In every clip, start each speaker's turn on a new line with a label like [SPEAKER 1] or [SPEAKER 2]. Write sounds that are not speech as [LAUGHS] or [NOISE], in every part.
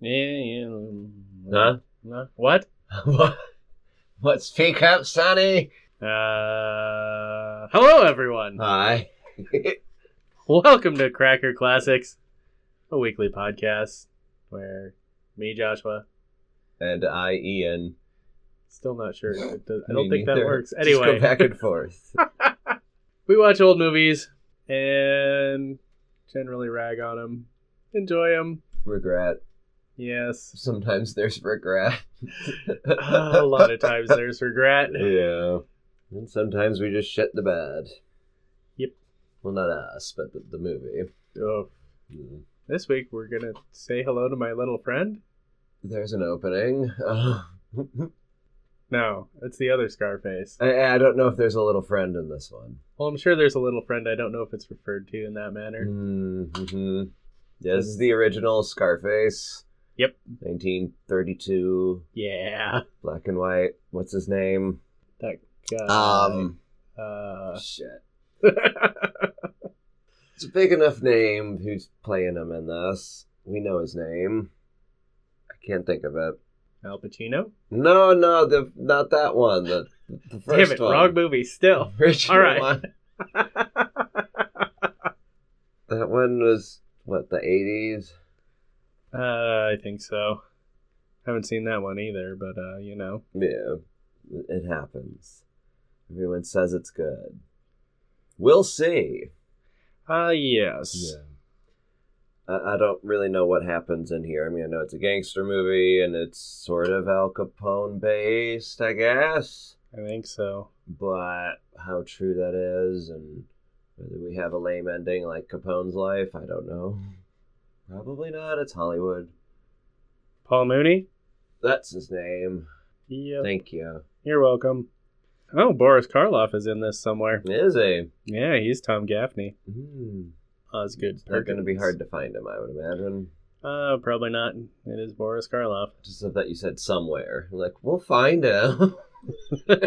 [SPEAKER 1] Yeah, yeah.
[SPEAKER 2] No?
[SPEAKER 1] No. What?
[SPEAKER 2] what? What? Speak up, Sonny.
[SPEAKER 1] Uh, hello, everyone.
[SPEAKER 2] Hi. [LAUGHS]
[SPEAKER 1] Welcome to Cracker Classics, a weekly podcast where me, Joshua,
[SPEAKER 2] And I, Ian.
[SPEAKER 1] still not sure. It does, I
[SPEAKER 2] Me
[SPEAKER 1] don't think that
[SPEAKER 2] neither.
[SPEAKER 1] works.
[SPEAKER 2] Just go
[SPEAKER 1] Anyway, [LAUGHS]
[SPEAKER 2] back and forth.
[SPEAKER 1] we watch old movies and generally rag on them, enjoy them.
[SPEAKER 2] regret. [LAUGHS]
[SPEAKER 1] Yes.
[SPEAKER 2] Sometimes there's regret.
[SPEAKER 1] Ah, a
[SPEAKER 2] [LAUGHS]
[SPEAKER 1] lot of times there's regret.
[SPEAKER 2] Yeah. And sometimes we just shit the bed.
[SPEAKER 1] Yep.
[SPEAKER 2] Well, not us, but the, the movie.
[SPEAKER 1] Oh,
[SPEAKER 2] Mm.
[SPEAKER 1] this week we're gonna say hello to my little friend.
[SPEAKER 2] There's an opening. Uh,
[SPEAKER 1] No, it's the other Scarface.
[SPEAKER 2] I, I don't know if there's a little friend in this one.
[SPEAKER 1] Well, I'm sure there's a little friend. I don't know if it's referred to in that
[SPEAKER 2] Mm.
[SPEAKER 1] manner.
[SPEAKER 2] Mm-hmm. This is the original Scarface.
[SPEAKER 1] Yep.
[SPEAKER 2] 1932.
[SPEAKER 1] Yeah.
[SPEAKER 2] Black and white. What's his name?
[SPEAKER 1] That guy.
[SPEAKER 2] Um.
[SPEAKER 1] Uh, [LAUGHS]
[SPEAKER 2] Shit. It's a big enough name who's playing him in this. We know his name. I can't think of it.
[SPEAKER 1] Al Pacino.
[SPEAKER 2] No, no, the not that one. The, the first
[SPEAKER 1] [LAUGHS] Damn it,
[SPEAKER 2] one.
[SPEAKER 1] wrong
[SPEAKER 2] [LAUGHS]
[SPEAKER 1] movie. Still.
[SPEAKER 2] Original
[SPEAKER 1] All right.
[SPEAKER 2] one. That one was what the eighties.
[SPEAKER 1] Uh, I think so. Haven't seen that one either, but uh, you know,
[SPEAKER 2] Yeah, it happens. Everyone says it's good. We'll see.
[SPEAKER 1] uh, yes.
[SPEAKER 2] I, I don't really know what happens in here. I mean, I know it's a gangster movie and it's sort of Al Capone based, I guess.
[SPEAKER 1] I think so.
[SPEAKER 2] But how true that is and whether we have a lame ending like Capone's life, I don't know. Probably not. It's Hollywood.
[SPEAKER 1] Paul Mooney.
[SPEAKER 2] That's his name.
[SPEAKER 1] Yeah.
[SPEAKER 2] Thank you.
[SPEAKER 1] You're welcome. Oh, Boris Karloff is in this somewhere.
[SPEAKER 2] It is a.
[SPEAKER 1] Yeah, he's Tom Gaffney. Oh,
[SPEAKER 2] Mm,
[SPEAKER 1] Osgood.
[SPEAKER 2] it's not going to be
[SPEAKER 1] Perkins.
[SPEAKER 2] hard to find him, I would imagine.
[SPEAKER 1] Uh, probably not. It is Boris Karloff.
[SPEAKER 2] Just love that you said somewhere. Like, we'll find him. [LAUGHS]
[SPEAKER 1] uh,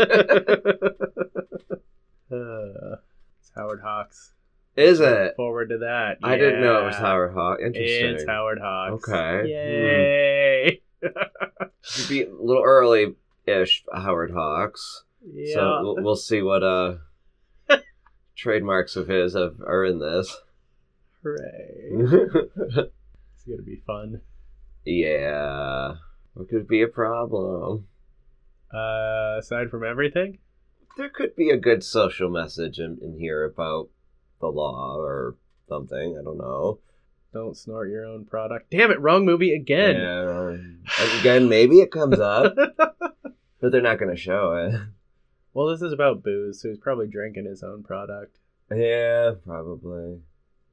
[SPEAKER 1] it's Howard Hawks.
[SPEAKER 2] is it?
[SPEAKER 1] Forward to that.
[SPEAKER 2] I didn't know it was
[SPEAKER 1] Yeah.
[SPEAKER 2] Howard Hawk. Interesting.
[SPEAKER 1] It's Howard Hawks.
[SPEAKER 2] Okay. Hmm.
[SPEAKER 1] Yay.
[SPEAKER 2] Should be a little early ish Howard Hawks.
[SPEAKER 1] Yeah.
[SPEAKER 2] So we'll, we'll see what
[SPEAKER 1] [LAUGHS]
[SPEAKER 2] uh trademarks of his have, are in
[SPEAKER 1] [LAUGHS]
[SPEAKER 2] this.
[SPEAKER 1] Hooray. It's gonna be fun.
[SPEAKER 2] yeah. What could be a problem?
[SPEAKER 1] Uh, aside from everything,
[SPEAKER 2] There could be a good social message in, in here about the law or something. I don't know.
[SPEAKER 1] don't snort your own product. Damn it! Wrong movie again.
[SPEAKER 2] Yeah. And again, maybe it comes
[SPEAKER 1] [LAUGHS]
[SPEAKER 2] up, but they're not going to show it.
[SPEAKER 1] Well, this is about booze, so he's probably drinking his own product.
[SPEAKER 2] Yeah, probably.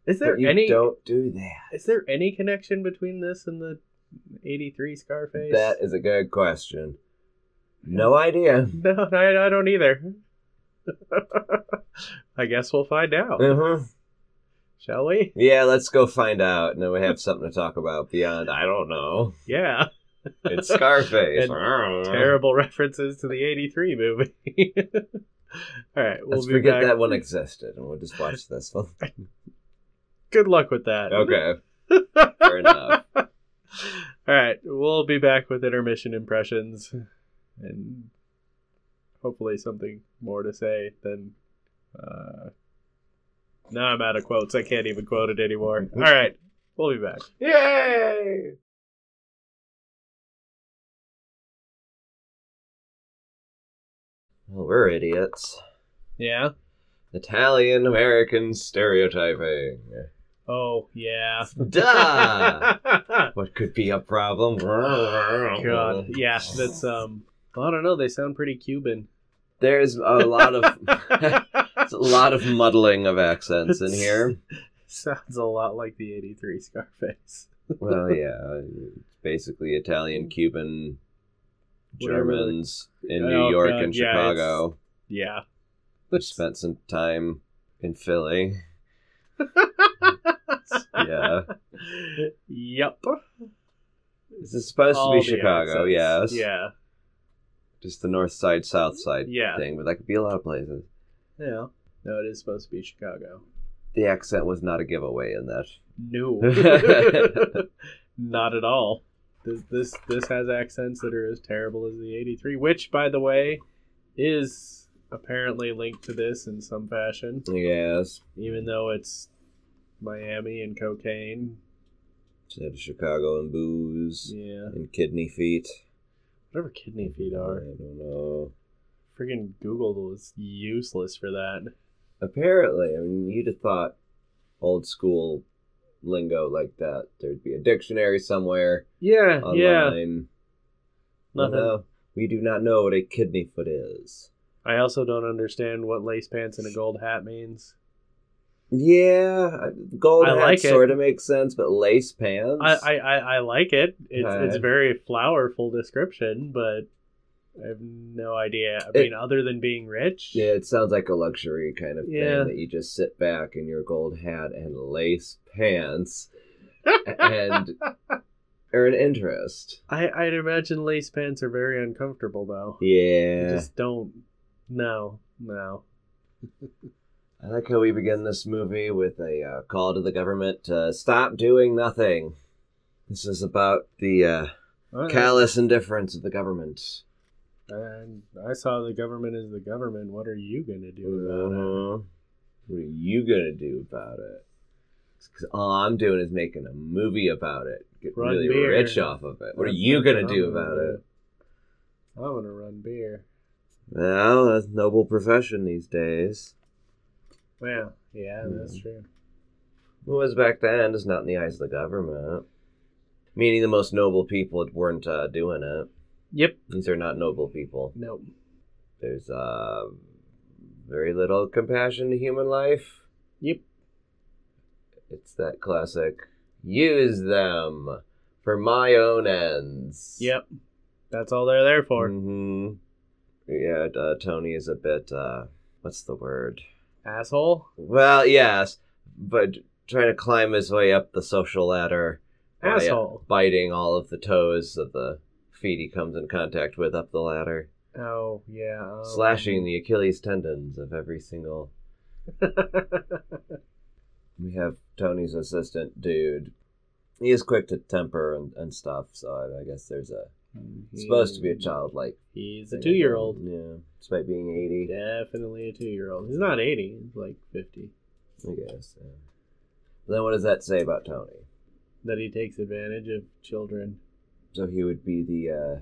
[SPEAKER 1] Is there
[SPEAKER 2] But you
[SPEAKER 1] any?
[SPEAKER 2] don't do that.
[SPEAKER 1] Is there any connection between this and the '83 Scarface?
[SPEAKER 2] That is a good question. No idea.
[SPEAKER 1] [LAUGHS] No, I, I don't either. [LAUGHS] I guess we'll find out,
[SPEAKER 2] Uh-huh.
[SPEAKER 1] shall we?
[SPEAKER 2] Yeah, let's go find out, and then we have something to talk about beyond. I don't know.
[SPEAKER 1] Yeah. [LAUGHS]
[SPEAKER 2] It's Scarface. Mm-hmm.
[SPEAKER 1] And
[SPEAKER 2] Terrible.
[SPEAKER 1] Terrible [LAUGHS] references to the 83 movie. [LAUGHS] All right, we'll
[SPEAKER 2] Let's
[SPEAKER 1] be
[SPEAKER 2] forget
[SPEAKER 1] back.
[SPEAKER 2] that one existed, and we'll just watch
[SPEAKER 1] [LAUGHS]
[SPEAKER 2] this one.
[SPEAKER 1] Good luck with that.
[SPEAKER 2] Okay.
[SPEAKER 1] [LAUGHS]
[SPEAKER 2] Fair enough.
[SPEAKER 1] All right, we'll be back with intermission impressions and hopefully something more to say than. Uh... Now I'm out of quotes. I can't even quote it
[SPEAKER 2] [LAUGHS]
[SPEAKER 1] anymore. All right, we'll be back.
[SPEAKER 2] Yay! Well, we're idiots.
[SPEAKER 1] Yeah.
[SPEAKER 2] Italian American stereotyping.
[SPEAKER 1] Oh yeah. [LAUGHS]
[SPEAKER 2] Duh! what could be a problem?
[SPEAKER 1] God, yeah, that's um. I don't know. They sound pretty Cuban. [LAUGHS]
[SPEAKER 2] There's a lot of [LAUGHS]
[SPEAKER 1] Sounds
[SPEAKER 2] It's a lot of muddling of accents
[SPEAKER 1] [LAUGHS]
[SPEAKER 2] in here.
[SPEAKER 1] a lot like the '83 Scarface. [LAUGHS]
[SPEAKER 2] Well, yeah, it's basically
[SPEAKER 1] Mm.
[SPEAKER 2] Italian, Cuban,
[SPEAKER 1] Whatever.
[SPEAKER 2] Germans in
[SPEAKER 1] Oh,
[SPEAKER 2] New York
[SPEAKER 1] God,
[SPEAKER 2] and
[SPEAKER 1] yeah,
[SPEAKER 2] Chicago.
[SPEAKER 1] [LAUGHS] Yeah.
[SPEAKER 2] We spent some time in
[SPEAKER 1] [LAUGHS]
[SPEAKER 2] Philly. yeah,
[SPEAKER 1] Yep.
[SPEAKER 2] this is supposed
[SPEAKER 1] All
[SPEAKER 2] to be
[SPEAKER 1] the
[SPEAKER 2] Chicago.
[SPEAKER 1] accents.
[SPEAKER 2] Yes,
[SPEAKER 1] Yeah.
[SPEAKER 2] just the North Side, South Side
[SPEAKER 1] Yeah.
[SPEAKER 2] thing, but that could be a lot of places.
[SPEAKER 1] Yeah. No, it is supposed to be Chicago.
[SPEAKER 2] The [LAUGHS] accent was not a giveaway in that.
[SPEAKER 1] No. [LAUGHS] Not at all. This this this has accents that are as terrible as the '83, which, by the way, is apparently linked to this in some fashion,
[SPEAKER 2] Yes.
[SPEAKER 1] even though it's Miami and cocaine.
[SPEAKER 2] Instead of Chicago and booze
[SPEAKER 1] Yeah,
[SPEAKER 2] and kidney feet.
[SPEAKER 1] whatever kidney feet
[SPEAKER 2] I
[SPEAKER 1] are.
[SPEAKER 2] don't know.
[SPEAKER 1] Freaking Google is useless for that.
[SPEAKER 2] Apparently, I mean, you'd have thought old school lingo like that. There'd be a dictionary somewhere
[SPEAKER 1] Yeah, yeah,
[SPEAKER 2] online.
[SPEAKER 1] nothing.
[SPEAKER 2] No, we do not know what a kidney foot is.
[SPEAKER 1] I also don't understand what lace pants and a gold hat means.
[SPEAKER 2] Yeah, I- gold
[SPEAKER 1] I
[SPEAKER 2] hat
[SPEAKER 1] like it.
[SPEAKER 2] sort of makes sense, but lace pants.
[SPEAKER 1] I, I, I, I like it. It's, it's
[SPEAKER 2] Alright.
[SPEAKER 1] very flowerful description, but I have no idea. I
[SPEAKER 2] It-
[SPEAKER 1] mean, other than being rich,
[SPEAKER 2] yeah, it sounds like a luxury kind of
[SPEAKER 1] Yeah.
[SPEAKER 2] thing that you just sit back in your gold hat and lace
[SPEAKER 1] [LAUGHS]
[SPEAKER 2] pants and earn interest.
[SPEAKER 1] I, I'd imagine lace pants are very uncomfortable, though. I
[SPEAKER 2] Yeah.
[SPEAKER 1] just don't. No, no.
[SPEAKER 2] I like how we begin this movie with a uh, call to the government to stop doing nothing. This is about the uh, callous indifference of the government.
[SPEAKER 1] And I saw the government is the government. What are you gonna do about it?
[SPEAKER 2] Uh-huh. What are you gonna do about it? Because all I'm doing is making a movie about it. Get
[SPEAKER 1] Run
[SPEAKER 2] really
[SPEAKER 1] beer.
[SPEAKER 2] rich off of it. What are
[SPEAKER 1] That's
[SPEAKER 2] you gonna
[SPEAKER 1] I'm
[SPEAKER 2] do about it?
[SPEAKER 1] do. I'm gonna run beer.
[SPEAKER 2] Well, that's a noble profession these days.
[SPEAKER 1] Well, yeah,
[SPEAKER 2] Hmm.
[SPEAKER 1] that's true.
[SPEAKER 2] It was back then, just not in the eyes of the government. Meaning the most noble people weren't uh, doing it.
[SPEAKER 1] Yep.
[SPEAKER 2] These are not noble people.
[SPEAKER 1] Nope.
[SPEAKER 2] There's uh, very little compassion to human life.
[SPEAKER 1] Yep.
[SPEAKER 2] It's that classic use them for my own ends.
[SPEAKER 1] Yep. That's all they're there for.
[SPEAKER 2] hmm Yeah, uh, Tony is a bit, uh, what's the word?
[SPEAKER 1] Asshole.
[SPEAKER 2] Well, yes, but trying to climb his way up the social ladder by, uh,
[SPEAKER 1] Asshole.
[SPEAKER 2] biting all of the toes of the feet he comes in contact with up the ladder,
[SPEAKER 1] Oh yeah. um,
[SPEAKER 2] slashing the Achilles tendons of every single
[SPEAKER 1] [LAUGHS]
[SPEAKER 2] we have Tony's assistant dude. He is quick to temper and, and stuff, so I, I guess there's a it's supposed to be a childlike.
[SPEAKER 1] Hmm, He's a
[SPEAKER 2] thing.
[SPEAKER 1] two-year-old.
[SPEAKER 2] Yeah, despite being eighty,
[SPEAKER 1] Definitely a two-year-old. He's not eighty. He's like fifty.
[SPEAKER 2] I guess. Yeah. Then what does that say about Tony?
[SPEAKER 1] That he takes advantage of children.
[SPEAKER 2] So he would be the uh,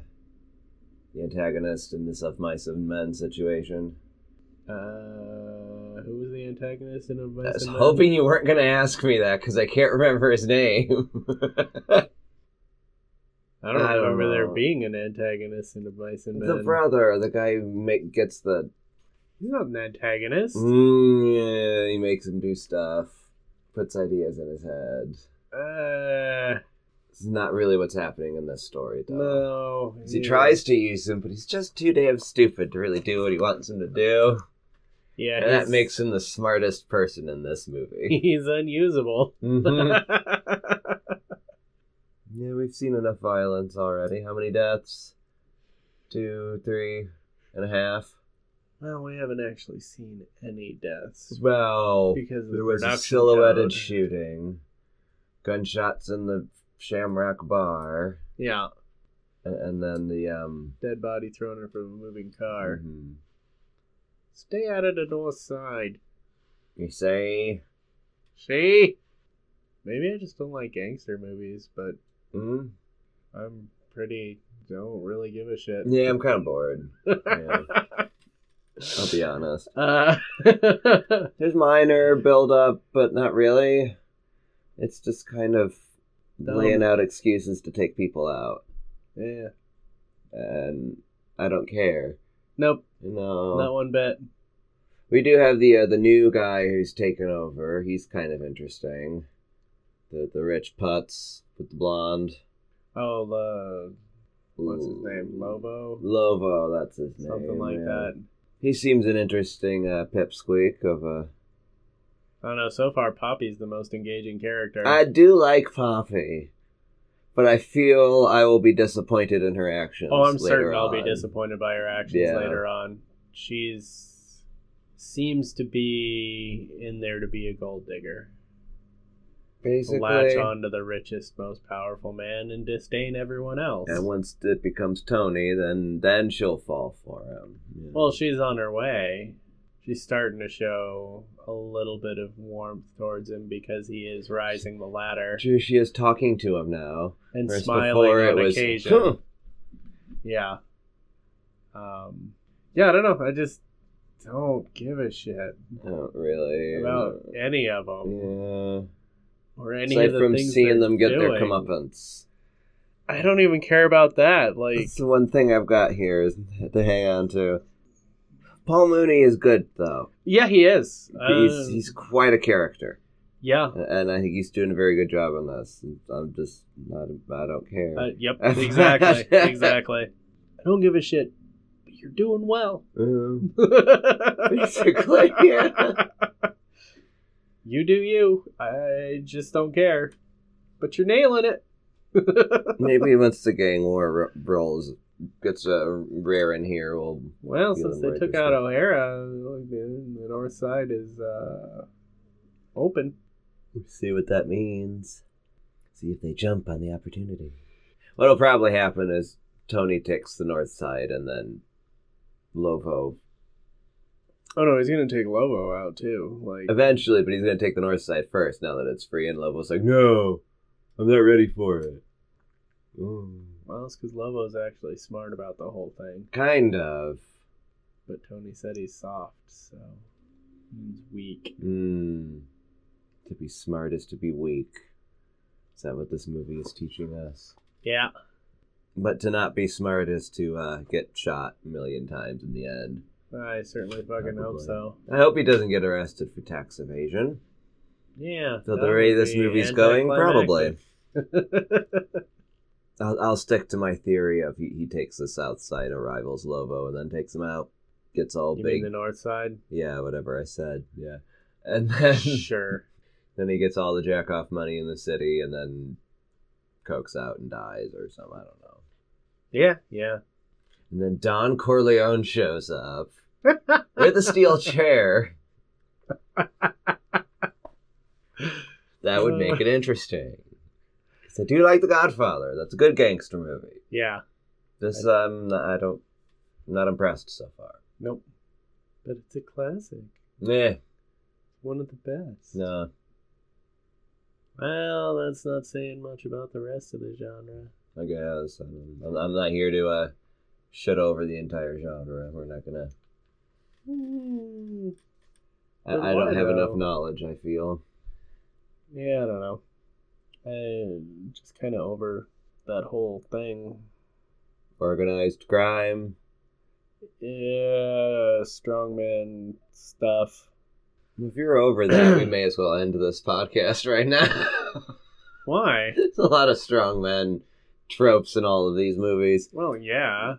[SPEAKER 2] the antagonist in this of mice and men situation.
[SPEAKER 1] Uh, who was the antagonist in a
[SPEAKER 2] I was
[SPEAKER 1] Vice and
[SPEAKER 2] hoping you weren't going to ask me that because I can't remember his name. [LAUGHS]
[SPEAKER 1] Men? I don't
[SPEAKER 2] I don't
[SPEAKER 1] remember there
[SPEAKER 2] know.
[SPEAKER 1] being an antagonist in a Vice [LAUGHS] and
[SPEAKER 2] the
[SPEAKER 1] Men.
[SPEAKER 2] brother, the guy who make, gets the
[SPEAKER 1] He's not an antagonist.
[SPEAKER 2] Mm, yeah, he makes him do stuff, puts ideas in his head.
[SPEAKER 1] Uh,
[SPEAKER 2] It's not really what's happening in this story, though.
[SPEAKER 1] no.
[SPEAKER 2] 'Cause He
[SPEAKER 1] yeah.
[SPEAKER 2] tries to use him, but he's just too damn stupid to really do what he wants him to do.
[SPEAKER 1] Yeah,
[SPEAKER 2] And
[SPEAKER 1] he's- [LAUGHS]
[SPEAKER 2] that makes him the smartest person in this movie.
[SPEAKER 1] he's unusable.
[SPEAKER 2] Mhm. yeah, we've seen enough violence already. How many deaths? Two, three, and a half.
[SPEAKER 1] [LAUGHS] Well, we haven't actually seen any deaths
[SPEAKER 2] Well,
[SPEAKER 1] because of the
[SPEAKER 2] There was a
[SPEAKER 1] production
[SPEAKER 2] silhouetted
[SPEAKER 1] code.
[SPEAKER 2] shooting, gunshots in the Shamrock Bar,
[SPEAKER 1] Yeah,
[SPEAKER 2] and, and then the um.
[SPEAKER 1] dead body thrown in front of a moving car.
[SPEAKER 2] mhm.
[SPEAKER 1] Stay out of the north side.
[SPEAKER 2] You say,
[SPEAKER 1] See? Maybe I just don't like gangster movies, but
[SPEAKER 2] mm?
[SPEAKER 1] I'm pretty don't really give a shit.
[SPEAKER 2] yeah, I'm kind of bored. Yeah, I'll be honest.
[SPEAKER 1] uh,
[SPEAKER 2] There's minor build up, but not really. It's just kind of
[SPEAKER 1] Dumb.
[SPEAKER 2] laying out excuses to take people out,
[SPEAKER 1] [LAUGHS] yeah.
[SPEAKER 2] and I don't care.
[SPEAKER 1] Nope.
[SPEAKER 2] You know,
[SPEAKER 1] Not one bit.
[SPEAKER 2] we do have the uh, the new guy who's taken over. He's kind of interesting. The the rich putz with the blonde.
[SPEAKER 1] Oh, uh, what's his name? Lobo?
[SPEAKER 2] Lovo, that's his name.
[SPEAKER 1] Something like
[SPEAKER 2] yeah.
[SPEAKER 1] that.
[SPEAKER 2] He seems an interesting uh, pipsqueak of a.
[SPEAKER 1] I don't know. So far, Poppy's the most engaging character.
[SPEAKER 2] I do like Poppy, but I feel I will be disappointed in her actions.
[SPEAKER 1] Oh, I'm
[SPEAKER 2] later
[SPEAKER 1] certain I'll be
[SPEAKER 2] on.
[SPEAKER 1] disappointed by her actions
[SPEAKER 2] Yeah.
[SPEAKER 1] later on. She's seems to be in there to be a gold digger.
[SPEAKER 2] basically.
[SPEAKER 1] latch on to the richest, most powerful man and disdain everyone else.
[SPEAKER 2] And once it becomes Tony, then then she'll fall for him. Yeah.
[SPEAKER 1] Well, she's on her way. She's starting to show a little bit of warmth towards him because he is rising the ladder
[SPEAKER 2] True, she is talking to him now.
[SPEAKER 1] and
[SPEAKER 2] whereas
[SPEAKER 1] smiling
[SPEAKER 2] before
[SPEAKER 1] on
[SPEAKER 2] it was,
[SPEAKER 1] occasion.
[SPEAKER 2] "Huh."
[SPEAKER 1] Yeah. Um, yeah, I don't know. I just don't give a shit
[SPEAKER 2] Not really.
[SPEAKER 1] about any of them
[SPEAKER 2] yeah.
[SPEAKER 1] or any
[SPEAKER 2] Aside
[SPEAKER 1] of the
[SPEAKER 2] from
[SPEAKER 1] things
[SPEAKER 2] seeing
[SPEAKER 1] they're
[SPEAKER 2] them get their
[SPEAKER 1] doing.
[SPEAKER 2] comeuppance.
[SPEAKER 1] I don't even care about that. Like,
[SPEAKER 2] [LAUGHS] That's the one thing I've got here is to hang on to. Paul Mooney is good though.
[SPEAKER 1] yeah, he is.
[SPEAKER 2] he's
[SPEAKER 1] Uh,
[SPEAKER 2] he's quite a character,
[SPEAKER 1] yeah.
[SPEAKER 2] and I think he's doing a very good job on this. I'm just not. I don't care. [LAUGHS]
[SPEAKER 1] Uh, yep. Exactly. exactly. I don't give a shit. But you're doing
[SPEAKER 2] [LAUGHS]
[SPEAKER 1] well.
[SPEAKER 2] Um,
[SPEAKER 1] Basically,
[SPEAKER 2] yeah.
[SPEAKER 1] You do you. I just don't care. But you're nailing it. [LAUGHS]
[SPEAKER 2] maybe once the gang war ro- rolls gets a rare in here, we'll
[SPEAKER 1] Well,
[SPEAKER 2] Feeling
[SPEAKER 1] since they
[SPEAKER 2] right
[SPEAKER 1] took
[SPEAKER 2] this
[SPEAKER 1] out
[SPEAKER 2] time.
[SPEAKER 1] O'Hara, like, the, the north side is uh, open.
[SPEAKER 2] see what that means. See if they jump on the opportunity. What'll probably happen is Tony takes the north side, and then Lovo
[SPEAKER 1] Oh no, he's gonna take Lobo out too. Like,
[SPEAKER 2] eventually, but he's gonna take the north side first. Now that it's free, and Lovo's like, "No, I'm not ready for it." Ooh.
[SPEAKER 1] well, it's because Lobo's actually smart about the whole thing.
[SPEAKER 2] Kind of.
[SPEAKER 1] But Tony said he's soft, so he's weak.
[SPEAKER 2] Mm. To be smart is to be weak. Is that what this movie is teaching us?
[SPEAKER 1] Yeah.
[SPEAKER 2] But to not be smart is to uh, get shot a million times in the end.
[SPEAKER 1] I certainly fucking hope
[SPEAKER 2] Probably.
[SPEAKER 1] so.
[SPEAKER 2] I hope he doesn't get arrested for tax evasion.
[SPEAKER 1] Yeah.
[SPEAKER 2] So
[SPEAKER 1] that
[SPEAKER 2] the way
[SPEAKER 1] would
[SPEAKER 2] this
[SPEAKER 1] be
[SPEAKER 2] movie's going, probably.
[SPEAKER 1] anticlimactic. [LAUGHS]
[SPEAKER 2] I'll, I'll stick to my theory of he, he takes the south side, arrivals Lovo, and then takes him out. Gets all
[SPEAKER 1] You mean
[SPEAKER 2] big.
[SPEAKER 1] the north
[SPEAKER 2] [LAUGHS]
[SPEAKER 1] side?
[SPEAKER 2] Yeah, whatever I said. Yeah. And [LAUGHS] then
[SPEAKER 1] sure.
[SPEAKER 2] then he gets all the jack off money in the city and then cokes out and dies or something. I don't know.
[SPEAKER 1] Yeah. Yeah.
[SPEAKER 2] And then Don Corleone shows up with a steel chair. that would make it interesting. 'Cause I do like The Godfather. That's a good gangster movie.
[SPEAKER 1] Yeah.
[SPEAKER 2] This um, I don't, I'm not impressed so far.
[SPEAKER 1] Nope. But it's a classic.
[SPEAKER 2] Yeah,
[SPEAKER 1] One of the best.
[SPEAKER 2] no,
[SPEAKER 1] Well, that's not saying much about the rest of the genre.
[SPEAKER 2] I guess I'm, I'm- I'm not here to uh, shit over the entire genre. We're not gonna.
[SPEAKER 1] Hmm. But
[SPEAKER 2] I, I don't
[SPEAKER 1] why,
[SPEAKER 2] have enough
[SPEAKER 1] though?
[SPEAKER 2] knowledge. I feel.
[SPEAKER 1] Yeah, I don't know. I'm just kind of over that whole thing.
[SPEAKER 2] Organized crime.
[SPEAKER 1] Yeah, strongman stuff.
[SPEAKER 2] If you're over
[SPEAKER 1] [CLEARS THROAT]
[SPEAKER 2] that, we may as well end this podcast right now. [LAUGHS]
[SPEAKER 1] Why?
[SPEAKER 2] There's a lot of strongman tropes in all of these movies.
[SPEAKER 1] Well, yeah.
[SPEAKER 2] if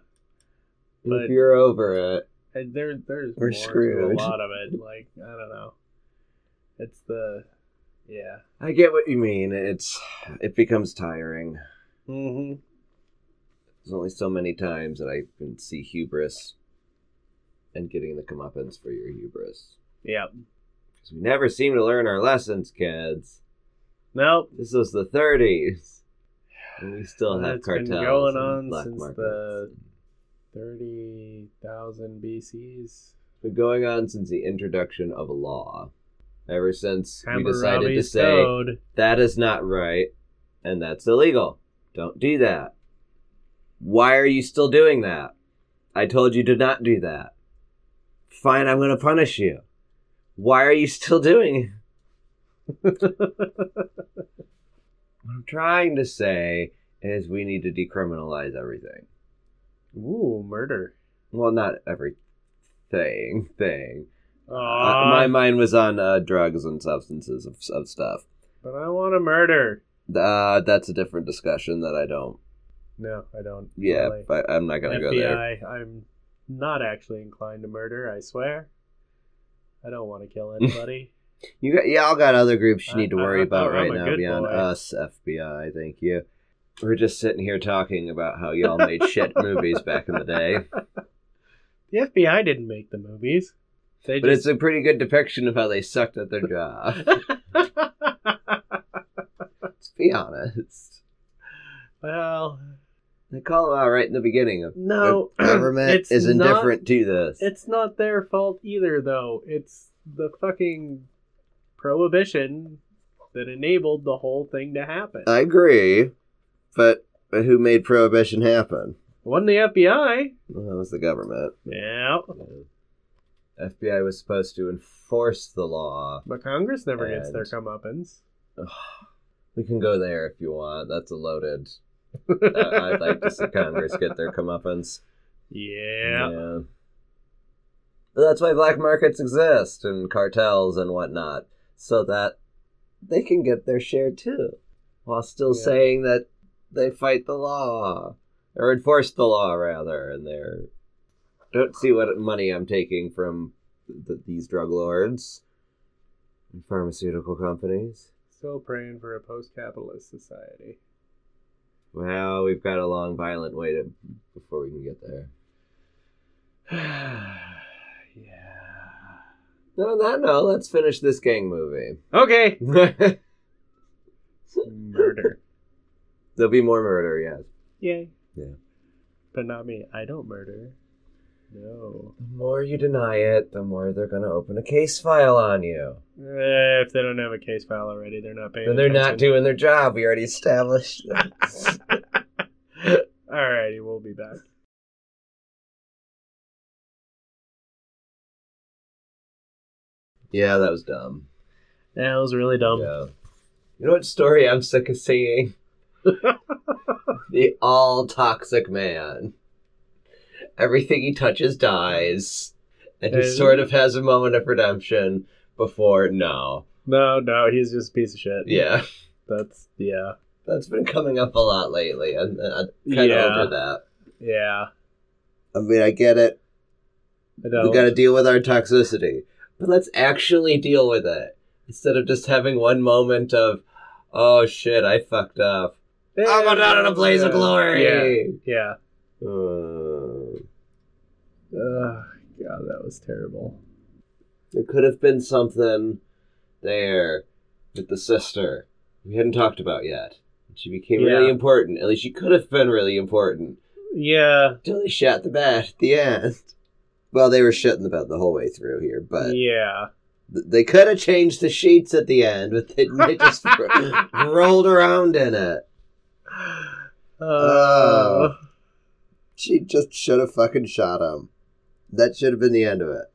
[SPEAKER 1] But-
[SPEAKER 2] you're over it,
[SPEAKER 1] And There, there's
[SPEAKER 2] We're
[SPEAKER 1] more to
[SPEAKER 2] screwed.
[SPEAKER 1] a lot of it. Like, I don't know. It's the. Yeah.
[SPEAKER 2] I get what you mean. It's it becomes tiring.
[SPEAKER 1] Mm hmm.
[SPEAKER 2] There's only so many times that I can see hubris and getting the comeuppance for your hubris.
[SPEAKER 1] Yeah.
[SPEAKER 2] 'Cause we never seem to learn our lessons, kids.
[SPEAKER 1] Nope.
[SPEAKER 2] This was the 30s, and we still have
[SPEAKER 1] It's been
[SPEAKER 2] cartels
[SPEAKER 1] going
[SPEAKER 2] and
[SPEAKER 1] on
[SPEAKER 2] black
[SPEAKER 1] since
[SPEAKER 2] markets.
[SPEAKER 1] the- 30,000 BCs.
[SPEAKER 2] been going on since the introduction of law. Ever since we decided
[SPEAKER 1] Hammurabi
[SPEAKER 2] to say
[SPEAKER 1] Code.
[SPEAKER 2] that is not right and that's illegal. Don't do that. Why are you still doing that? I told you to not do that. Fine, I'm going to punish you. Why are you still doing it? [LAUGHS] what I'm trying to say is we need to decriminalize everything.
[SPEAKER 1] Ooh, murder.
[SPEAKER 2] Well, not everything, thing. Uh,
[SPEAKER 1] Aw,
[SPEAKER 2] my mind was on uh, drugs and substances of, of stuff.
[SPEAKER 1] but I want to murder.
[SPEAKER 2] Uh, that's a different discussion that I don't.
[SPEAKER 1] No, I don't.
[SPEAKER 2] Yeah,
[SPEAKER 1] really.
[SPEAKER 2] I, I'm not gonna go there.
[SPEAKER 1] FBI, I'm not actually inclined to murder, I swear. I don't want to
[SPEAKER 2] [LAUGHS]
[SPEAKER 1] kill anybody.
[SPEAKER 2] You got, y'all got other groups you
[SPEAKER 1] I-
[SPEAKER 2] need to
[SPEAKER 1] I-
[SPEAKER 2] worry
[SPEAKER 1] I-
[SPEAKER 2] about
[SPEAKER 1] I'm
[SPEAKER 2] right
[SPEAKER 1] a
[SPEAKER 2] now
[SPEAKER 1] good
[SPEAKER 2] beyond
[SPEAKER 1] boy.
[SPEAKER 2] us, FBI. Thank you. We're just sitting here talking about how y'all made
[SPEAKER 1] [LAUGHS]
[SPEAKER 2] shit movies back in the day,
[SPEAKER 1] the FBI didn't make the movies. They
[SPEAKER 2] but it's
[SPEAKER 1] just. [LAUGHS]
[SPEAKER 2] a pretty good depiction of how they sucked at their job. be honest.
[SPEAKER 1] Well,
[SPEAKER 2] They call him out right in the
[SPEAKER 1] [CLEARS THROAT]
[SPEAKER 2] beginning of
[SPEAKER 1] no.
[SPEAKER 2] the government
[SPEAKER 1] it's
[SPEAKER 2] is
[SPEAKER 1] not-
[SPEAKER 2] indifferent to this.
[SPEAKER 1] It's not their fault either, though. It's the fucking prohibition that enabled the whole thing to happen.
[SPEAKER 2] I agree, but, but who made prohibition happen?
[SPEAKER 1] Wasn't the FBI?
[SPEAKER 2] Well, that was the government.
[SPEAKER 1] Yeah,
[SPEAKER 2] FBI was supposed to enforce the law.
[SPEAKER 1] but Congress never gets their
[SPEAKER 2] And-
[SPEAKER 1] comeuppance.
[SPEAKER 2] We can go there if you want. That's a loaded. I- I'd like to see Congress get their comeuppance.
[SPEAKER 1] Yeah.
[SPEAKER 2] But that's why black markets exist and cartels and whatnot, so that they can get their share too, while still
[SPEAKER 1] Yeah.
[SPEAKER 2] saying that they fight the law or enforce the law rather, and they're don't see what money I'm taking from th- these drug lords and pharmaceutical companies.
[SPEAKER 1] Still praying for a post-capitalist society. [SIGHS]
[SPEAKER 2] Well, we've got a long, violent way to before we can get there.
[SPEAKER 1] yeah.
[SPEAKER 2] No, on that note, let's finish this gang movie. [LAUGHS]
[SPEAKER 1] Okay. Murder.
[SPEAKER 2] There'll be more murder, yes.
[SPEAKER 1] [LAUGHS] Yay.
[SPEAKER 2] Yeah.
[SPEAKER 1] But not me. I don't murder. No.
[SPEAKER 2] The more you deny it, the more they're gonna open a case file on you.
[SPEAKER 1] Eh, if they don't have a case file already, they're not paying.
[SPEAKER 2] Then they're not
[SPEAKER 1] attention.
[SPEAKER 2] doing their job. We already established that.
[SPEAKER 1] Alrighty, we'll be back.
[SPEAKER 2] [LAUGHS] yeah, that was dumb.
[SPEAKER 1] That was really dumb.
[SPEAKER 2] Yeah. You know what story I'm sick of [LAUGHS] seeing? the all toxic man. Everything he touches dies, and he
[SPEAKER 1] And-
[SPEAKER 2] sort of has a moment of redemption before no.
[SPEAKER 1] No, no, he's just a piece of shit.
[SPEAKER 2] Yeah, [LAUGHS]
[SPEAKER 1] That's yeah,
[SPEAKER 2] that's been coming up a lot lately, and I'm kind of
[SPEAKER 1] Yeah.
[SPEAKER 2] over that.
[SPEAKER 1] yeah.
[SPEAKER 2] I mean, I get it.
[SPEAKER 1] I don't.
[SPEAKER 2] We got to deal with our toxicity. But let's actually deal with it instead of just having one moment of, oh shit, I fucked up. I'll go down in a blaze of
[SPEAKER 1] Yeah,
[SPEAKER 2] glory.
[SPEAKER 1] yeah.
[SPEAKER 2] Uh,
[SPEAKER 1] Ugh, God, that was terrible.
[SPEAKER 2] there could have been something there with the sister we hadn't talked about yet. She became really
[SPEAKER 1] Yeah.
[SPEAKER 2] important. At least she could have been really important
[SPEAKER 1] Yeah,
[SPEAKER 2] until they shot the bed at the end. Well, they were shitting the bed the whole way through here, but
[SPEAKER 1] yeah. [GASPS]
[SPEAKER 2] Th- They could have changed the sheets at the end, but they, they just ro- rolled around in it.
[SPEAKER 1] Uh,
[SPEAKER 2] She just should have fucking shot him. That should have been the end of it.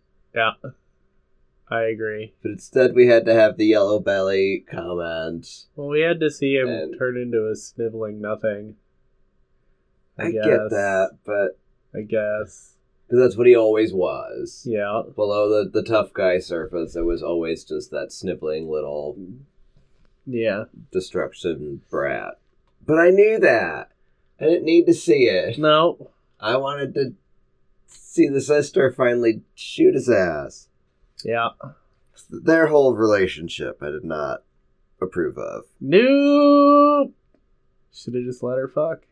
[SPEAKER 1] I agree.
[SPEAKER 2] But instead, we had to have the yellow belly comment.
[SPEAKER 1] Well, we had to see him
[SPEAKER 2] And-
[SPEAKER 1] turn into a sniveling nothing.
[SPEAKER 2] I, get that, but
[SPEAKER 1] I guess.
[SPEAKER 2] because that's what he always was.
[SPEAKER 1] Yeah.
[SPEAKER 2] Below the, the tough guy surface, it was always just that sniveling little
[SPEAKER 1] Yeah.
[SPEAKER 2] destruction brat. But I knew that. I didn't need to see it.
[SPEAKER 1] No.
[SPEAKER 2] I wanted to see the sister finally shoot his ass.
[SPEAKER 1] Yeah.
[SPEAKER 2] Their whole relationship I did not approve of.
[SPEAKER 1] Nope. Should have just let her fuck.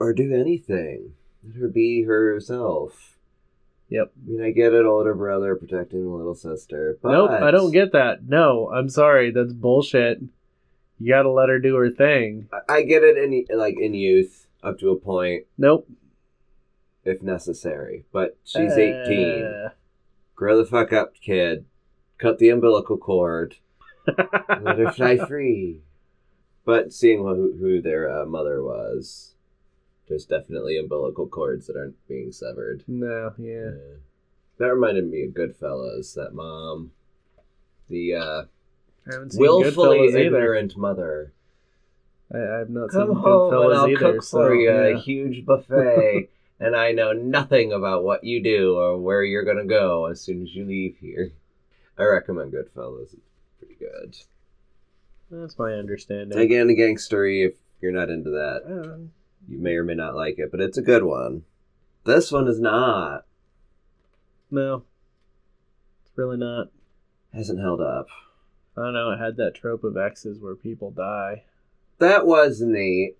[SPEAKER 2] Or do anything. Let her be herself.
[SPEAKER 1] Yep.
[SPEAKER 2] I mean, I get it, older brother protecting the little sister. But
[SPEAKER 1] Nope, I don't get that. No, I'm sorry. That's bullshit. You gotta let her do her thing.
[SPEAKER 2] I- I get it in like in youth up to a point
[SPEAKER 1] Nope.
[SPEAKER 2] if necessary. But she's
[SPEAKER 1] Uh,
[SPEAKER 2] 18. Grow the fuck up, kid. Cut the umbilical cord. Let her fly free. But seeing who, who their uh, mother was, there's definitely umbilical cords that aren't being severed.
[SPEAKER 1] [LAUGHS] no, yeah.
[SPEAKER 2] That reminded me of Goodfellas, that mom. The uh,
[SPEAKER 1] I haven't seen
[SPEAKER 2] willfully
[SPEAKER 1] Goodfellas either.
[SPEAKER 2] ignorant mother.
[SPEAKER 1] I, I've not
[SPEAKER 2] Come
[SPEAKER 1] seen
[SPEAKER 2] home and
[SPEAKER 1] Goodfellas
[SPEAKER 2] I'll
[SPEAKER 1] either.
[SPEAKER 2] cook
[SPEAKER 1] so,
[SPEAKER 2] for you
[SPEAKER 1] yeah.
[SPEAKER 2] a
[SPEAKER 1] [LAUGHS]
[SPEAKER 2] huge buffet, and I know nothing about what you do or where you're going to go as soon as you leave here. I recommend Goodfellas. It's pretty good.
[SPEAKER 1] That's my understanding.
[SPEAKER 2] Again, gangstery, if you're not into that.
[SPEAKER 1] Uh,
[SPEAKER 2] You may or may not like it, but it's a good one. This one is not.
[SPEAKER 1] no. It's really not.
[SPEAKER 2] Hasn't held up.
[SPEAKER 1] I don't know. It had that trope of exes where people die.
[SPEAKER 2] That was neat.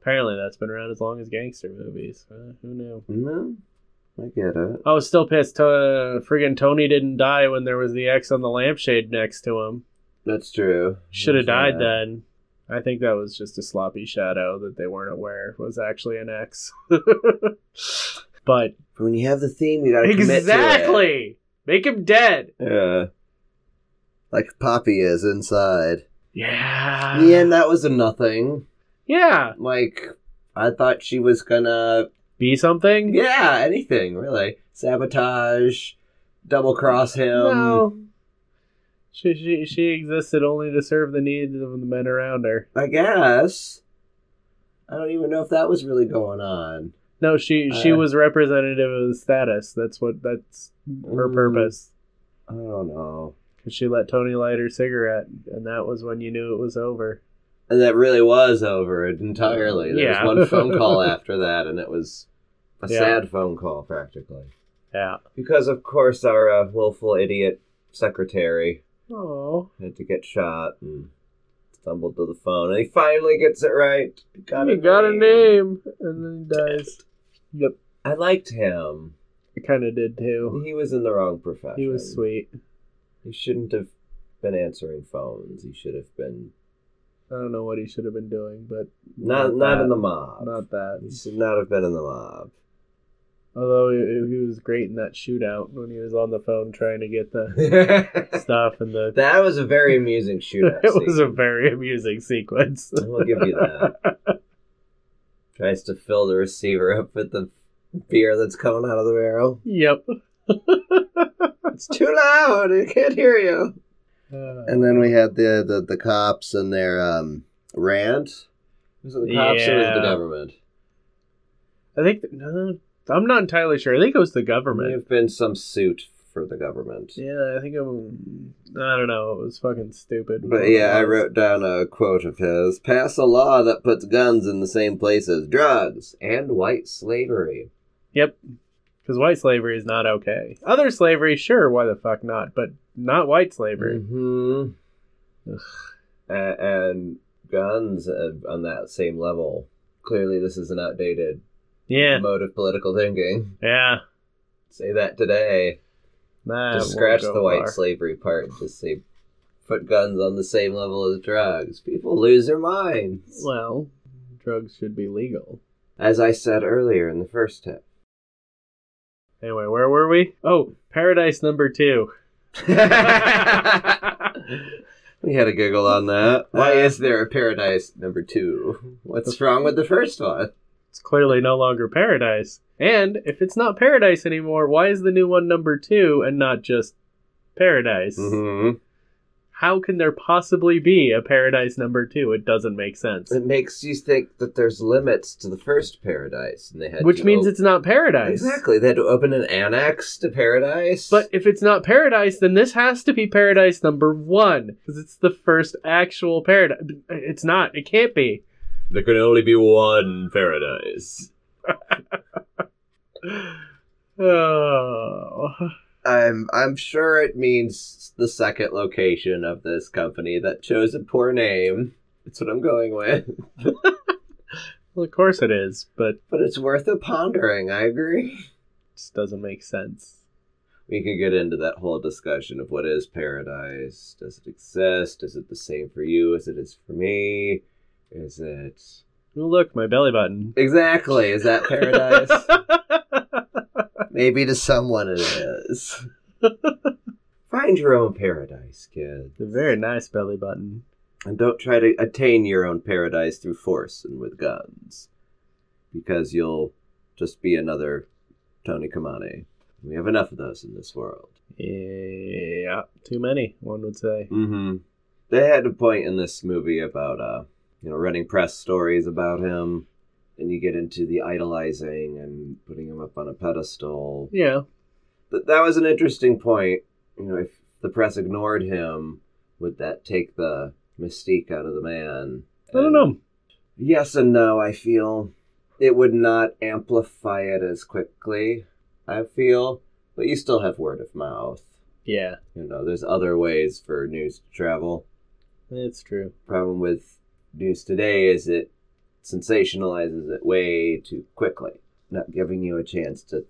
[SPEAKER 1] Apparently, that's been around as long as gangster movies. Uh, who knew?
[SPEAKER 2] No, I get it.
[SPEAKER 1] I was still pissed. Uh, friggin' Tony didn't die when there was the X on the lampshade next to him.
[SPEAKER 2] That's true.
[SPEAKER 1] Should have died
[SPEAKER 2] That's right.
[SPEAKER 1] then. I think that was just a sloppy shadow that they weren't aware was actually an X. [LAUGHS] but
[SPEAKER 2] When you have the theme, you gotta commit
[SPEAKER 1] exactly, make him dead.
[SPEAKER 2] to it. Yeah. Like Poppy is inside.
[SPEAKER 1] Yeah.
[SPEAKER 2] In the end, that was a nothing.
[SPEAKER 1] Yeah.
[SPEAKER 2] Like, I thought she was gonna.
[SPEAKER 1] Be something.
[SPEAKER 2] Yeah, anything, really. Sabotage, double cross him.
[SPEAKER 1] no.
[SPEAKER 2] Um,
[SPEAKER 1] She, she she existed only to serve the needs of the men around her.
[SPEAKER 2] I guess. I don't even know if that was really going on.
[SPEAKER 1] No, she she
[SPEAKER 2] Uh.
[SPEAKER 1] was representative of the status. That's what that's her
[SPEAKER 2] Mm.
[SPEAKER 1] purpose.
[SPEAKER 2] I don't know.
[SPEAKER 1] 'Cause she let Tony light her cigarette, and that was when you knew it was over.
[SPEAKER 2] And that really was over it entirely. There
[SPEAKER 1] Yeah.
[SPEAKER 2] was one phone
[SPEAKER 1] [LAUGHS]
[SPEAKER 2] call after that, and it was a
[SPEAKER 1] Yeah.
[SPEAKER 2] sad phone call, practically.
[SPEAKER 1] Yeah.
[SPEAKER 2] Because, of course, our uh, willful idiot secretary
[SPEAKER 1] Oh.
[SPEAKER 2] had to get shot and stumbled to the phone, and he finally gets it right. He got,
[SPEAKER 1] he
[SPEAKER 2] a
[SPEAKER 1] got
[SPEAKER 2] name.
[SPEAKER 1] a name, and then he dies. Yep.
[SPEAKER 2] I liked him.
[SPEAKER 1] I kind of did too.
[SPEAKER 2] He was in the wrong profession.
[SPEAKER 1] He was sweet.
[SPEAKER 2] He shouldn't have been answering phones. He should have been
[SPEAKER 1] I don't know what he should have been doing, but
[SPEAKER 2] Not not in the mob.
[SPEAKER 1] not that.
[SPEAKER 2] He should not have been in the mob.
[SPEAKER 1] Although he, he was great in that shootout when he was on the phone trying to get
[SPEAKER 2] [LAUGHS]
[SPEAKER 1] the [LAUGHS]
[SPEAKER 2] that
[SPEAKER 1] stuff and the
[SPEAKER 2] was a [LAUGHS] very amusing shootout.
[SPEAKER 1] it was a
[SPEAKER 2] scene.
[SPEAKER 1] very amusing sequence. [LAUGHS]
[SPEAKER 2] We'll give you that. [LAUGHS] Tries to fill the receiver up with the beer that's coming out of the [LAUGHS] barrel.
[SPEAKER 1] yep.
[SPEAKER 2] It's too loud. I can't hear you.
[SPEAKER 1] Uh,
[SPEAKER 2] And then we had the the, the cops and their um rant. Was it the cops or was it
[SPEAKER 1] Yeah.
[SPEAKER 2] the government?
[SPEAKER 1] I think no, I'm not entirely sure. I think it was the
[SPEAKER 2] May
[SPEAKER 1] government.
[SPEAKER 2] have been some suit for the government.
[SPEAKER 1] Yeah, I think I'm. I don't know. It was fucking stupid.
[SPEAKER 2] But yeah, I wrote down a quote of his Pass a law that puts guns in the same place as drugs and white slavery.
[SPEAKER 1] Yep. Because white slavery is not okay. Other slavery, sure, why the fuck not? But not white slavery.
[SPEAKER 2] Mm-hmm.
[SPEAKER 1] Ugh.
[SPEAKER 2] And, and guns uh, on that same level. Clearly, this is an outdated
[SPEAKER 1] Yeah,
[SPEAKER 2] mode of political thinking.
[SPEAKER 1] yeah.
[SPEAKER 2] Say that today.
[SPEAKER 1] Nah,
[SPEAKER 2] just
[SPEAKER 1] it won't
[SPEAKER 2] scratch
[SPEAKER 1] Uh, go
[SPEAKER 2] the white
[SPEAKER 1] far.
[SPEAKER 2] slavery part. Just say, put guns on the same level as drugs. People lose their minds.
[SPEAKER 1] Well, drugs should be legal.
[SPEAKER 2] As I said earlier in the first tip.
[SPEAKER 1] Anyway, where were we? Oh, paradise number
[SPEAKER 2] [LAUGHS]
[SPEAKER 1] two.
[SPEAKER 2] We had a giggle on that. Why
[SPEAKER 1] Uh,
[SPEAKER 2] is there a paradise number two? What's wrong with the first one?
[SPEAKER 1] it's clearly no longer paradise. And if it's not paradise anymore, why is the new one number two and not just paradise?
[SPEAKER 2] Mm-hmm.
[SPEAKER 1] How can there possibly be a paradise number two? It doesn't make sense.
[SPEAKER 2] It makes you think that there's limits to the first paradise, and they had
[SPEAKER 1] Which
[SPEAKER 2] to
[SPEAKER 1] means
[SPEAKER 2] o-
[SPEAKER 1] it's not paradise.
[SPEAKER 2] exactly they had to open an annex to paradise.
[SPEAKER 1] But if it's not paradise, then this has to be paradise number one because it's the first actual paradise. It's not. It can't be.
[SPEAKER 2] there can only be one paradise.
[SPEAKER 1] Oh,
[SPEAKER 2] I'm I'm sure it means the second location of this company that chose a poor name. That's what I'm going with.
[SPEAKER 1] well, of course it is, but it
[SPEAKER 2] But it's worth a pondering. I agree.
[SPEAKER 1] just doesn't make sense.
[SPEAKER 2] we could get into that whole discussion of what is paradise does it exist is it the same for you as it is for me is it
[SPEAKER 1] Oh, look, my belly button.
[SPEAKER 2] exactly is that paradise maybe to someone it is find your own paradise kid
[SPEAKER 1] It's a very nice belly button.
[SPEAKER 2] and don't try to attain your own paradise through force and with guns because you'll just be another tony kamane we have enough of those in this world
[SPEAKER 1] Yeah, too many, one would say.
[SPEAKER 2] Mm-hmm. They had a point in this movie about uh, you know, running press stories about him, and you get into the idolizing and putting him up on a pedestal.
[SPEAKER 1] Yeah,
[SPEAKER 2] But that was an interesting point. You know, if the press ignored him, would that take the mystique out of the man?
[SPEAKER 1] I don't
[SPEAKER 2] And
[SPEAKER 1] know.
[SPEAKER 2] Yes and no. I feel it would not amplify it as quickly. I feel, but you still have word of mouth.
[SPEAKER 1] Yeah,
[SPEAKER 2] You know, there's other ways for news to travel
[SPEAKER 1] it's true.
[SPEAKER 2] problem with news today is it sensationalizes it way too quickly, not giving you a chance to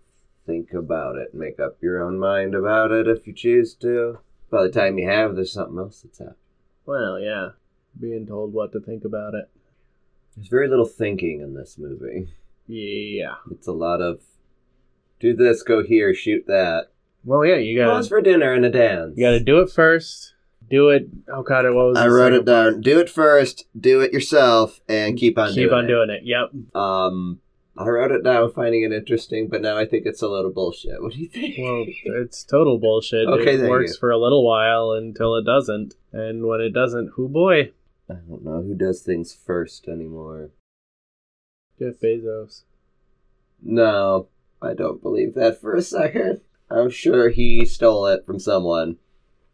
[SPEAKER 2] think about it, make up your own mind about it if you choose to. By the time you have, there's something else that's happening.
[SPEAKER 1] Well, yeah. being told what to think about it.
[SPEAKER 2] There's very little thinking in this movie.
[SPEAKER 1] Yeah.
[SPEAKER 2] It's a lot of do this, go here, shoot that.
[SPEAKER 1] Well, yeah, you gotta
[SPEAKER 2] Pause for dinner and a dance.
[SPEAKER 1] you gotta do it first. Do it. Oh God, what was
[SPEAKER 2] I
[SPEAKER 1] the
[SPEAKER 2] wrote
[SPEAKER 1] second
[SPEAKER 2] it down. Do it first, do it yourself, and keep on
[SPEAKER 1] part?
[SPEAKER 2] doing
[SPEAKER 1] Keep on
[SPEAKER 2] it.
[SPEAKER 1] doing it. Yep.
[SPEAKER 2] Um, I wrote it down, finding it interesting, but now I think it's a little bullshit. What do you think?
[SPEAKER 1] Well, it's total bullshit.
[SPEAKER 2] [LAUGHS] Okay,
[SPEAKER 1] it
[SPEAKER 2] thank
[SPEAKER 1] works
[SPEAKER 2] you.
[SPEAKER 1] for a little while until it doesn't, and when it doesn't, who boy,
[SPEAKER 2] I don't know who does things first anymore.
[SPEAKER 1] Jeff Bezos.
[SPEAKER 2] No, I don't believe that for a second. I'm sure he stole it from someone.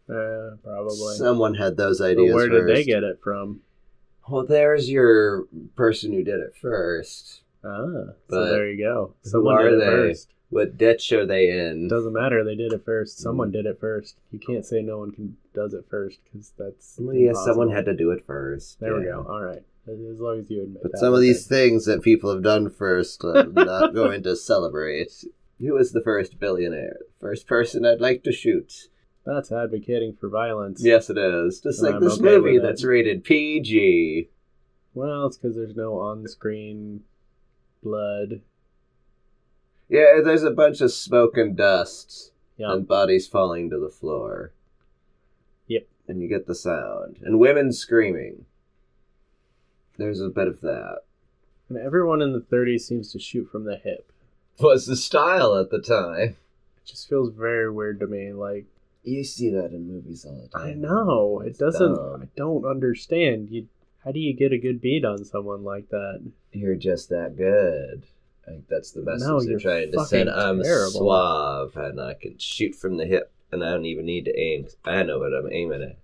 [SPEAKER 1] Uh, probably.
[SPEAKER 2] Someone had those
[SPEAKER 1] But
[SPEAKER 2] ideas.
[SPEAKER 1] where did they
[SPEAKER 2] first.
[SPEAKER 1] get it from?
[SPEAKER 2] Well, there's your person who did it first.
[SPEAKER 1] Ah, so
[SPEAKER 2] But
[SPEAKER 1] there you go.
[SPEAKER 2] who
[SPEAKER 1] Someone
[SPEAKER 2] are
[SPEAKER 1] did it
[SPEAKER 2] they?
[SPEAKER 1] first.
[SPEAKER 2] What ditch are they in?
[SPEAKER 1] Doesn't matter. They did it first. Someone
[SPEAKER 2] Mm.
[SPEAKER 1] did it first. You can't say no one can does it first because that's
[SPEAKER 2] Well, yeah, someone
[SPEAKER 1] impossible.
[SPEAKER 2] had to do it first.
[SPEAKER 1] There we
[SPEAKER 2] yeah.
[SPEAKER 1] go. All right. As long as you admit
[SPEAKER 2] But
[SPEAKER 1] that,
[SPEAKER 2] some of
[SPEAKER 1] okay.
[SPEAKER 2] these things that people have done first, uh, I'm [LAUGHS] not going to celebrate. Who was the first billionaire? First person I'd like to shoot.
[SPEAKER 1] That's advocating for violence.
[SPEAKER 2] Yes, it is. Just
[SPEAKER 1] And
[SPEAKER 2] like
[SPEAKER 1] I'm
[SPEAKER 2] this
[SPEAKER 1] okay
[SPEAKER 2] movie
[SPEAKER 1] with it.
[SPEAKER 2] that's rated PG.
[SPEAKER 1] Well, it's because there's no on-screen blood.
[SPEAKER 2] Yeah, there's a bunch of smoke and dust
[SPEAKER 1] Yeah.
[SPEAKER 2] and bodies falling to the floor.
[SPEAKER 1] Yep.
[SPEAKER 2] And you get the sound. And women screaming. There's a bit of that.
[SPEAKER 1] And everyone in the 30s seems to shoot from the hip.
[SPEAKER 2] Was the style at the time.
[SPEAKER 1] It just feels very weird to me. Like,
[SPEAKER 2] You see that in movies all the time.
[SPEAKER 1] I know. It
[SPEAKER 2] It's
[SPEAKER 1] doesn't.
[SPEAKER 2] dumb.
[SPEAKER 1] I don't understand. You, how do you get a good beat on someone like that?
[SPEAKER 2] You're just that good. I think that's the message
[SPEAKER 1] No,
[SPEAKER 2] they're
[SPEAKER 1] you're
[SPEAKER 2] trying to
[SPEAKER 1] fucking
[SPEAKER 2] send. I'm
[SPEAKER 1] terrible.
[SPEAKER 2] suave and I can shoot from the hip and I don't even need to aim. 'cause I know what I'm aiming at.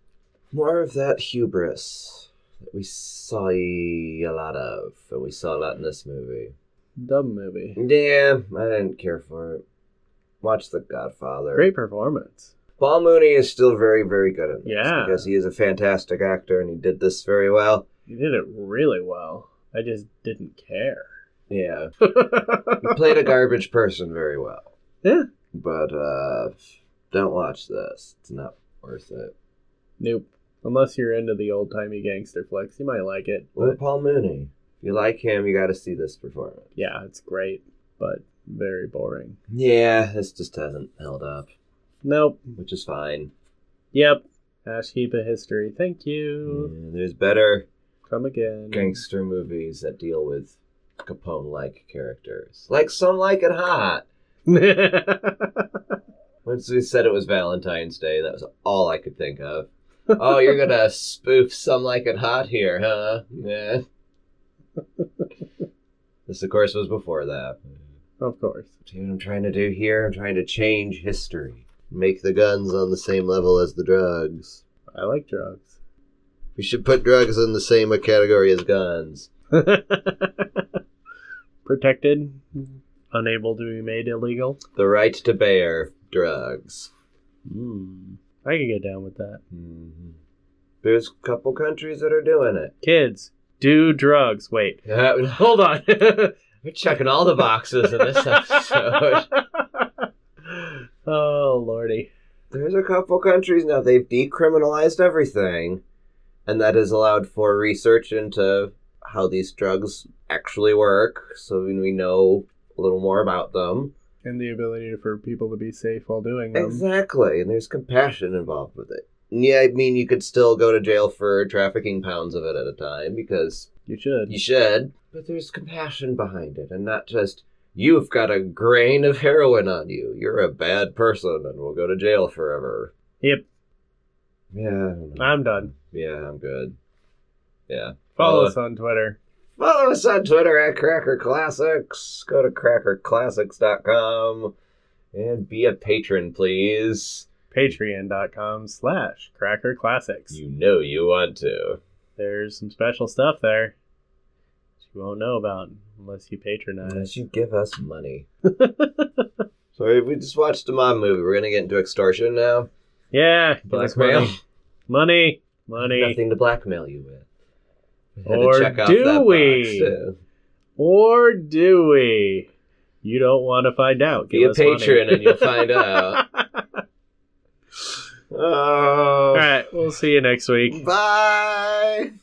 [SPEAKER 2] More of that hubris that we saw a lot of, and we saw a lot in this movie.
[SPEAKER 1] Dumb movie.
[SPEAKER 2] Yeah, I didn't care for it. Watch The Godfather.
[SPEAKER 1] Great performance.
[SPEAKER 2] Paul Mooney is still very, very good at this
[SPEAKER 1] Yeah.
[SPEAKER 2] because he is a fantastic actor and he did this very well.
[SPEAKER 1] He did it really well. I just didn't care.
[SPEAKER 2] Yeah, he played a garbage person very well.
[SPEAKER 1] Yeah.
[SPEAKER 2] but uh don't watch this it's not worth it
[SPEAKER 1] Nope. Unless you're into the old timey gangster flicks, you might like it.
[SPEAKER 2] well
[SPEAKER 1] But
[SPEAKER 2] paul mooney if you like him you got to see this performance
[SPEAKER 1] yeah, it's great, but very boring.
[SPEAKER 2] yeah this just hasn't held up
[SPEAKER 1] Nope.
[SPEAKER 2] which is fine
[SPEAKER 1] Yep. Ash heap of history. Thank
[SPEAKER 2] Yeah,
[SPEAKER 1] you.
[SPEAKER 2] there's better
[SPEAKER 1] Come again. [LAUGHS]
[SPEAKER 2] gangster movies that deal with capone like characters like some like it hot once we said it was valentine's day that was all i could think of oh you're gonna spoof some like it hot here huh yeah this of course was before that
[SPEAKER 1] of course.
[SPEAKER 2] See what I'm trying to do here? I'm trying to change history. Make the guns on the same level as the drugs.
[SPEAKER 1] I like drugs.
[SPEAKER 2] We should put drugs in the same category as guns.
[SPEAKER 1] [LAUGHS] Protected. Unable to be made illegal.
[SPEAKER 2] The right to bear drugs.
[SPEAKER 1] Mm. I could get down with that.
[SPEAKER 2] There's a couple countries that are doing it. [LAUGHS]
[SPEAKER 1] Kids, do drugs. Wait. [LAUGHS]
[SPEAKER 2] Yeah,
[SPEAKER 1] Hold on.
[SPEAKER 2] We're checking all the boxes in this episode.
[SPEAKER 1] oh, lordy.
[SPEAKER 2] There's a couple countries now they've decriminalized everything, and that has allowed for research into how these drugs actually work, so we know a little more about them.
[SPEAKER 1] And the ability for people to be safe while doing them.
[SPEAKER 2] Exactly, and there's compassion involved with it. Yeah, I mean, you could still go to jail for trafficking pounds of it at a time because
[SPEAKER 1] You should.
[SPEAKER 2] you should, but there's compassion behind it, and not just you've got a grain of heroin on you. You're a bad person and will go to jail forever.
[SPEAKER 1] Yep.
[SPEAKER 2] Yeah, I don't know.
[SPEAKER 1] I'm done.
[SPEAKER 2] Yeah, I'm good. Yeah.
[SPEAKER 1] Follow
[SPEAKER 2] Follow-
[SPEAKER 1] us on Twitter.
[SPEAKER 2] Follow us on Twitter at Cracker Classics. Go to crackerclassics.com and be a patron, please.
[SPEAKER 1] Patreon.com slash Cracker Classics.
[SPEAKER 2] You know you want to.
[SPEAKER 1] There's some special stuff there that you won't know about unless you patronize.
[SPEAKER 2] Unless you give us money. [LAUGHS] Sorry, we just watched a mob movie. We're going to get into extortion now.
[SPEAKER 1] Yeah. give us
[SPEAKER 2] Blackmail.
[SPEAKER 1] Money. Money. money.
[SPEAKER 2] Nothing to blackmail you with. We
[SPEAKER 1] Or do we?
[SPEAKER 2] box, too.
[SPEAKER 1] Or do we? You don't want to find out.
[SPEAKER 2] Be
[SPEAKER 1] Give
[SPEAKER 2] a
[SPEAKER 1] us money. [LAUGHS]
[SPEAKER 2] patron and you'll find out. Oh.
[SPEAKER 1] Oh. All right. We'll see you next week.
[SPEAKER 2] Bye.